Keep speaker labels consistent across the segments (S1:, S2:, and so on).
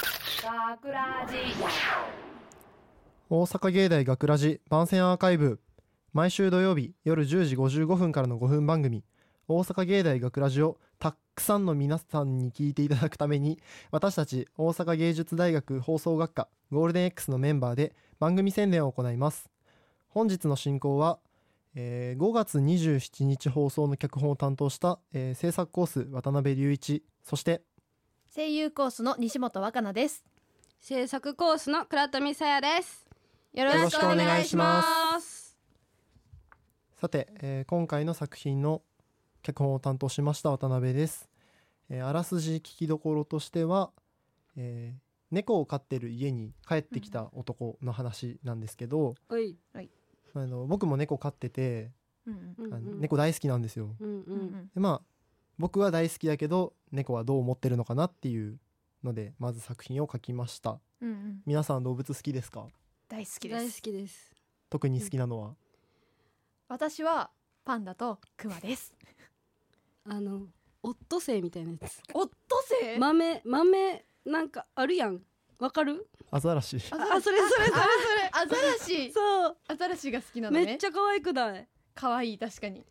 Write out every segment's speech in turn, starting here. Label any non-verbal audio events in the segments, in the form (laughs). S1: 学ラジ
S2: 大阪芸大学ラジ番宣アーカイブ毎週土曜日夜10時55分からの5分番組「大阪芸大学ラジをたっくさんの皆さんに聞いていただくために私たち大阪芸術大学放送学科ゴールデン X のメンバーで番組宣伝を行います本日の進行は、えー5月27日放送の脚本を担当した、えー制作コース渡辺隆一そして
S3: 声優コースの西本若菜です
S4: 制作コースの倉富さやです
S3: よ
S2: ろしくお願いしますさて、えー今回の作品の脚本を担当しました渡辺です、えーあらすじ聞きどころとしては、えー猫を飼ってる家に帰ってきた男の話なんですけど、
S4: おい、
S2: あの僕も猫飼ってて、
S3: うん
S4: うん
S2: あ
S4: う
S2: の
S4: ん、
S2: 猫大好きなんですよ
S4: うんう
S3: うんん
S2: でまあ僕は大好きだけど猫はどう思ってるのかなっていうのでまず作品を書きました
S3: うんうん
S2: 皆さん動物好きですか
S3: 大好きで
S4: 大好
S3: す
S4: きです
S2: 特に好きなのは、
S3: 私はパンダとクマです
S4: あのオットセイみたいなやつ
S3: オットセイ
S4: 豆豆なんかあるやんわかる
S2: アザラシ
S4: ああそれそれそれ
S3: アザラシ
S4: そう
S3: アザラシが好きなのね
S4: めっちゃ可愛くない
S3: 可愛い確かに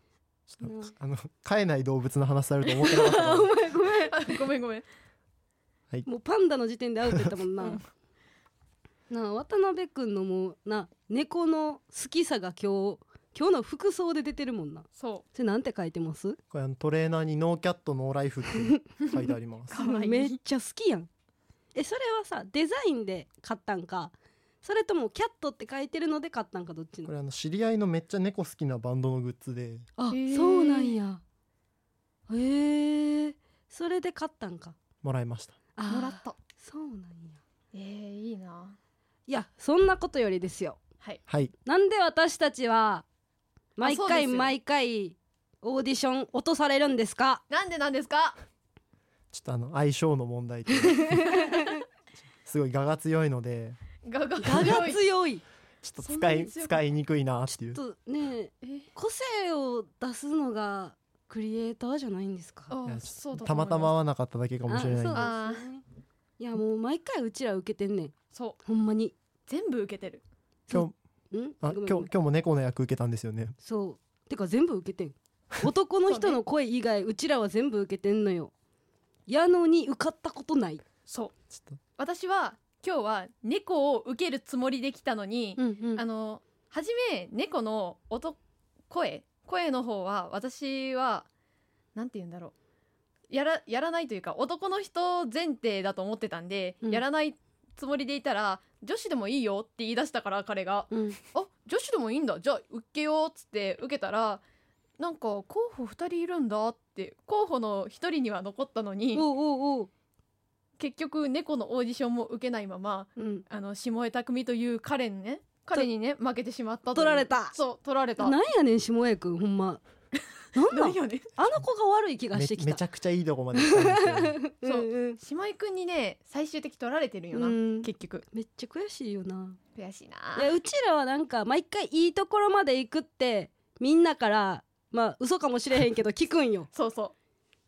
S2: ちょっと
S4: うん
S2: あの飼えない動物の話されると思ってなかったから
S4: あごめんごめん
S3: あ (laughs) ごめんごめん
S4: もうパンダの時点でアウトやったもんな、
S3: うん
S4: なあ渡辺くんのもうな猫の好きさが今日今日の服装で出てるもんな
S3: そう
S4: それなんて書いてます
S2: これあのトレーナーにノーキャットノーライフって書いてありま
S4: (laughs)
S2: す
S3: かわいい
S4: めっちゃ好きやんえそれはさデザインで買ったんかそれともキャットって書いてるので買ったんかどっち
S2: こ
S4: の
S2: れあの知り合いのめっちゃ猫好きなバンドのグッズで
S4: あ
S3: へー
S4: そうなんやへえそれで買ったんか
S2: もらいました
S4: あー
S3: もらった
S4: そうなんや
S3: えー、いいない
S4: やそんなことよりですよ
S3: はい
S2: はい
S4: なんで私たちは毎
S3: そうです
S4: 回
S3: よ
S4: 毎回オーディション落とされるんですか
S3: なんでなんですか
S2: ちょっとあの相性の問題と
S4: (laughs)
S2: すごい我が強いので
S3: ガガ
S4: 我が強い
S2: ちょっと使い
S4: そんなに強く
S2: 使いにくいなっていう
S4: ちょ (laughs) っとね
S3: え
S4: 個性を出すのがクリエイターじゃないんですか
S3: あ
S2: いやちょっと
S3: そうだと
S2: た
S3: 思い
S2: ま
S3: す
S2: たま合わなかっただけかもしれないんで
S3: あ
S4: あそうですねいやもう毎回うちら受けてんねん
S3: そう
S4: ほんまに
S3: 全部受けてる
S4: そ
S2: 今日
S4: うん
S2: あ
S4: ごめ
S2: 今日今
S4: んごめん
S2: 日も猫の役受けたんですよね
S4: そうてか全部受けてん男の人の声以外うちらは全部受けてんのよやのに受かったことない
S3: そう
S2: ちょっ
S3: 私は今日は猫を受けるつもりで来たのに、
S4: んう
S3: あの初め猫の音声声の方は私はなんて言うんだろうやらやらないというか男の人前提だと思ってたんで、
S4: うん
S3: やらないつもりでいたら女子でもいいよって言い出したから彼が
S4: うん
S3: 「あ女子でもいいんだじゃあ受けよう」っつって受けたらなんか候補2人いるんだって候補の1人には残ったのに
S4: おうおうおう
S3: 結局猫のオーディションも受けないまま
S4: うん
S3: あの下江匠という彼にね彼にね負けてしまったという
S4: 取られた
S3: そう取られた
S4: なんやねん下江くんほんまなん
S3: な (laughs)
S4: なん
S3: んやね
S4: あの子が悪い気がして
S2: とめ
S4: き
S2: め
S4: た
S2: ちゃくちゃいいとこまで来たんですよ
S4: うんうん
S3: 島井くんにね最終的取られてるよな、
S4: うん
S3: 結局
S4: めっちゃ悔しいよな
S3: 悔しいない
S4: やうちらはなんか毎回いいところまで行くってみんなからまあ嘘かもしれへ
S3: (laughs)
S4: んけど聞くんよ
S3: そうそ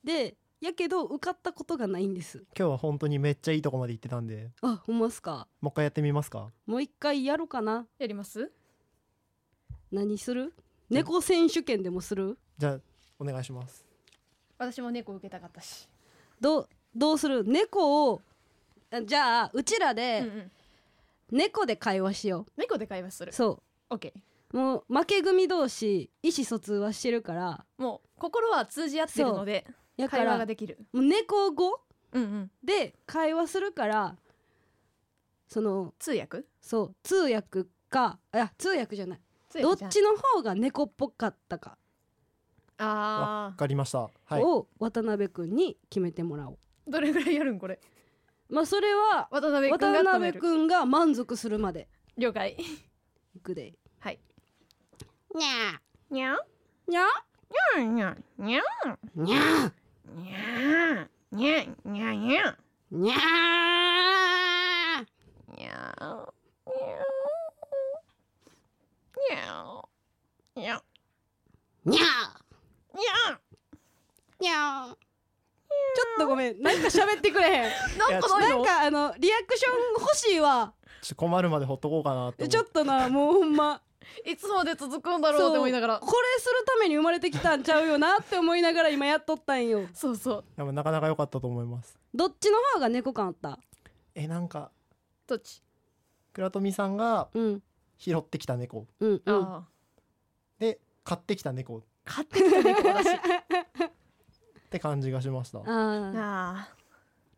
S4: でやけど受かったことがないんです
S2: (laughs) 今日は本当にめっちゃいいとこまで行ってたんで
S4: あほんますか
S2: もう一回やってみますか
S4: もう一回やろうかな
S3: うやります
S4: 何する猫選手権でもする
S2: じゃあお願いします
S3: 私も猫受けたかったし、
S4: どうどうする猫をあじゃあうちら
S3: うんう
S4: で
S3: ん、
S4: 猫で会話しよ
S3: 猫で会話す
S4: う
S3: る
S4: そ
S3: OK
S4: うもう負け組同士意思疎通はしてるから
S3: もう心は通じ合ってるので
S4: やか
S3: 会話
S4: ら
S3: が
S4: も
S3: できる
S4: う猫語
S3: うんうん
S4: で会話するからその
S3: 通訳
S4: そう通訳かあ通訳じゃない
S3: 通
S4: どっ
S3: 訳じゃん
S4: ちの方が猫っぽかったか
S2: わ
S3: あ
S2: かりましたはい
S4: を渡辺くんに決めてもらおう、
S3: ーどれぐらいやるんこれ
S4: まあそれは
S3: 渡辺くんが
S4: 渡
S3: 止め
S4: 辺
S3: る
S4: くんが満足するまで
S3: 了解
S4: いくで
S3: はい
S4: にゃ
S1: にゃん
S4: ーにゃ
S1: にゃんにゃん
S4: ーにゃ
S1: にゃんにゃんにゃんにゃん
S4: ーにゃー
S1: にゃんにゃんにゃんにゃん
S4: にゃー
S1: にゃん
S4: にゃーちょっとごめんなんかか喋ってくれへん
S3: なんかない
S4: (laughs) なん
S3: の
S4: かあのリアクション欲しいわ
S2: ちょっと困るまでほっとこうかなって思う
S4: ちょっとなもうほんま
S3: いつまで続くんだろうって思いながら
S4: これするために生まれてきたんちゃうよなって思いながら今やっとったんよ
S3: そうそう
S2: でもなかなか良かったと思います
S4: どっちの方が猫感あった
S2: えなんか
S3: どっち
S2: 倉富さんが
S4: うん
S2: 拾ってきた猫
S4: うんうん
S3: ああ
S2: で買ってきた猫っ
S3: 買ってきた猫だ (laughs) し
S2: て感じがしました
S4: ああ
S3: あ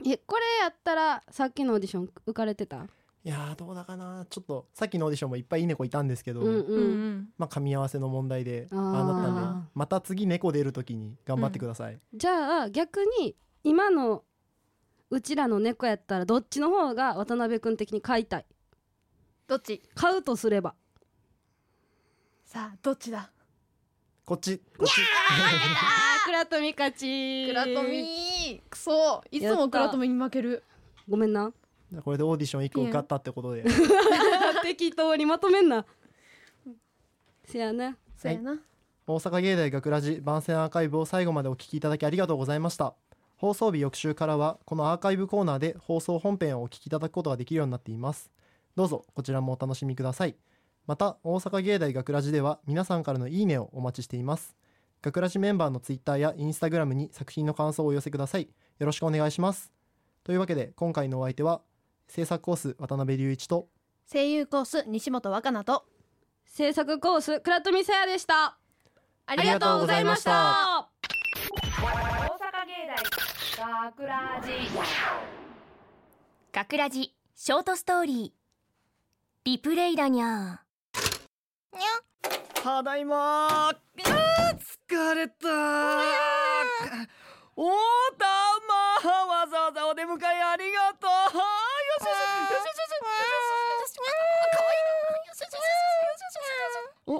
S4: えこれやったらさっきのオーディション浮かれてた
S2: いやーどうだかなちょっとさっきのオーディションもいっぱいいい猫いたんですけど、
S4: うん
S3: ー
S4: う
S3: うん
S4: ん
S2: まあ噛み合わせの問題で
S4: あ
S2: あ
S4: ー
S2: あなったん
S3: あ
S2: でまた次猫出る時に頑張ってください、
S4: じゃあ逆に今のうちらの猫やったらどっちの方が渡辺君的に飼いたい
S3: どっち
S4: 飼うとすれば
S3: さあどっちだ
S2: こっちこっち
S4: あー倉富勝ち
S3: 倉富クソいつも倉富に負ける
S4: ごめんな (laughs)
S2: じゃあこれでオーディション1個受かったってことで
S4: 適当にまとめんなせやな
S3: そうやな、
S2: 大阪芸大学ラジ番宣アーカイブを最後までお聞きいただきありがとうございました放送日翌週からはこのアーカイブコーナーで放送本編をお聞きいただくことができるようになっていますどうぞこちらもお楽しみくださいまた大阪芸大学ラジでは皆さんからのいいねをお待ちしています学ラジメンバーのツイッターやインスタグラムに作品の感想をお寄せくださいよろしくお願いしますというわけで今回のお相手は制作コース渡辺隆一と
S3: 声優コース西本若菜と
S4: 制作コース倉富さやでした
S3: あ
S2: りがとうございました
S5: 大阪芸大学ラジ
S6: 学ラジショートストーリーリプレイだにゃー
S7: ただいまー疲れたーおーたまわざわざお出迎えありがとうよしよしよしよしよしよしよしよしよしよ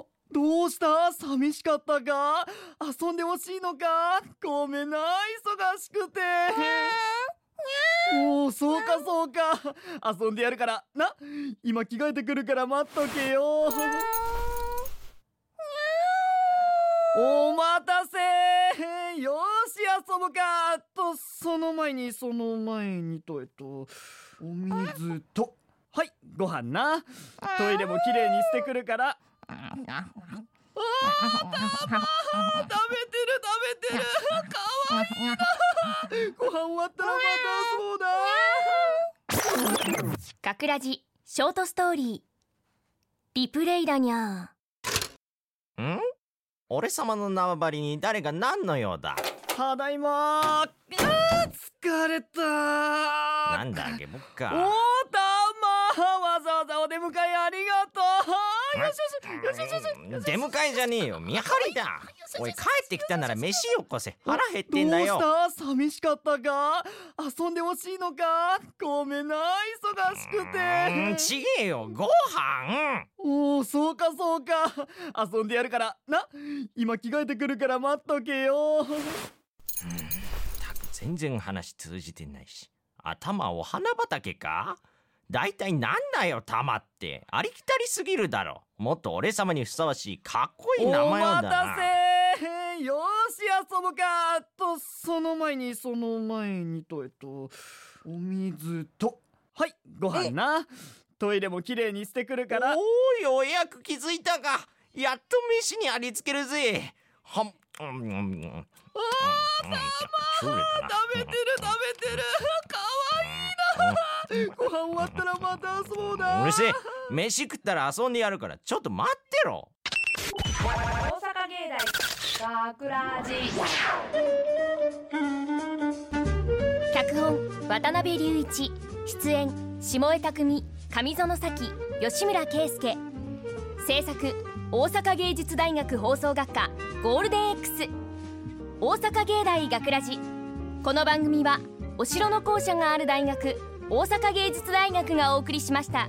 S7: しよしよしよしよしよしおどうした寂しかったか遊んでほしいのかごめんな忙しくておおそうかそうか遊んでやるからな今着替えてくるから待っとけよお待たせよし遊ぶかとその前にその前にとえっとお水とはいご飯なトイレも綺麗にしてくるからあー食べてる食べてるかわいいなご飯終わったらまたそうだ
S6: 学ラジショートストーリーリプレイだにゃー
S8: ん俺様の縄張りに誰が何の用だ
S7: ただいまーあー疲れたー
S8: なんだゲボ
S7: お
S8: っ
S7: ー
S8: か
S7: たまわざわざお出迎えありがとうよしよしよしよしよし
S8: 出迎えじゃねえよ見張りだおい帰ってきたなら飯よこせ腹減ってんだよ
S7: どうした寂しかったか遊んでほしいのかごめんな忙しく
S8: うーん
S7: て
S8: ちげえよご飯
S7: おおそうかそうか遊んでやるからな今着替えてくるから待っとけよ
S8: ったく全然話通じてないし頭お花畑かだいたいなんだよ玉ってありきたりすぎるだろもっと俺様にふさわしいかっこいい名
S7: お
S8: 前をだ
S7: 待
S8: な
S7: たせよし遊ぶかとその前にその前にとえっとお水とはいご飯なトイレも綺麗にしてくるから
S8: おーようやく気づいたかやっと飯にありつけるぜはんうんうんうんあー
S7: 食べてる食べてるかわいいなご飯終わったらまたそうだ
S8: うるせえ飯食ったら遊んでやるからちょっと待ってろ
S5: 大阪芸大学ラジ
S6: 脚本渡辺隆一出演下江拓海上園咲吉村圭介制作大阪芸術大学放送学科ゴールデン X 大阪芸大学ラジこの番組はお城の校舎がある大学大阪芸術大学がお送りしました。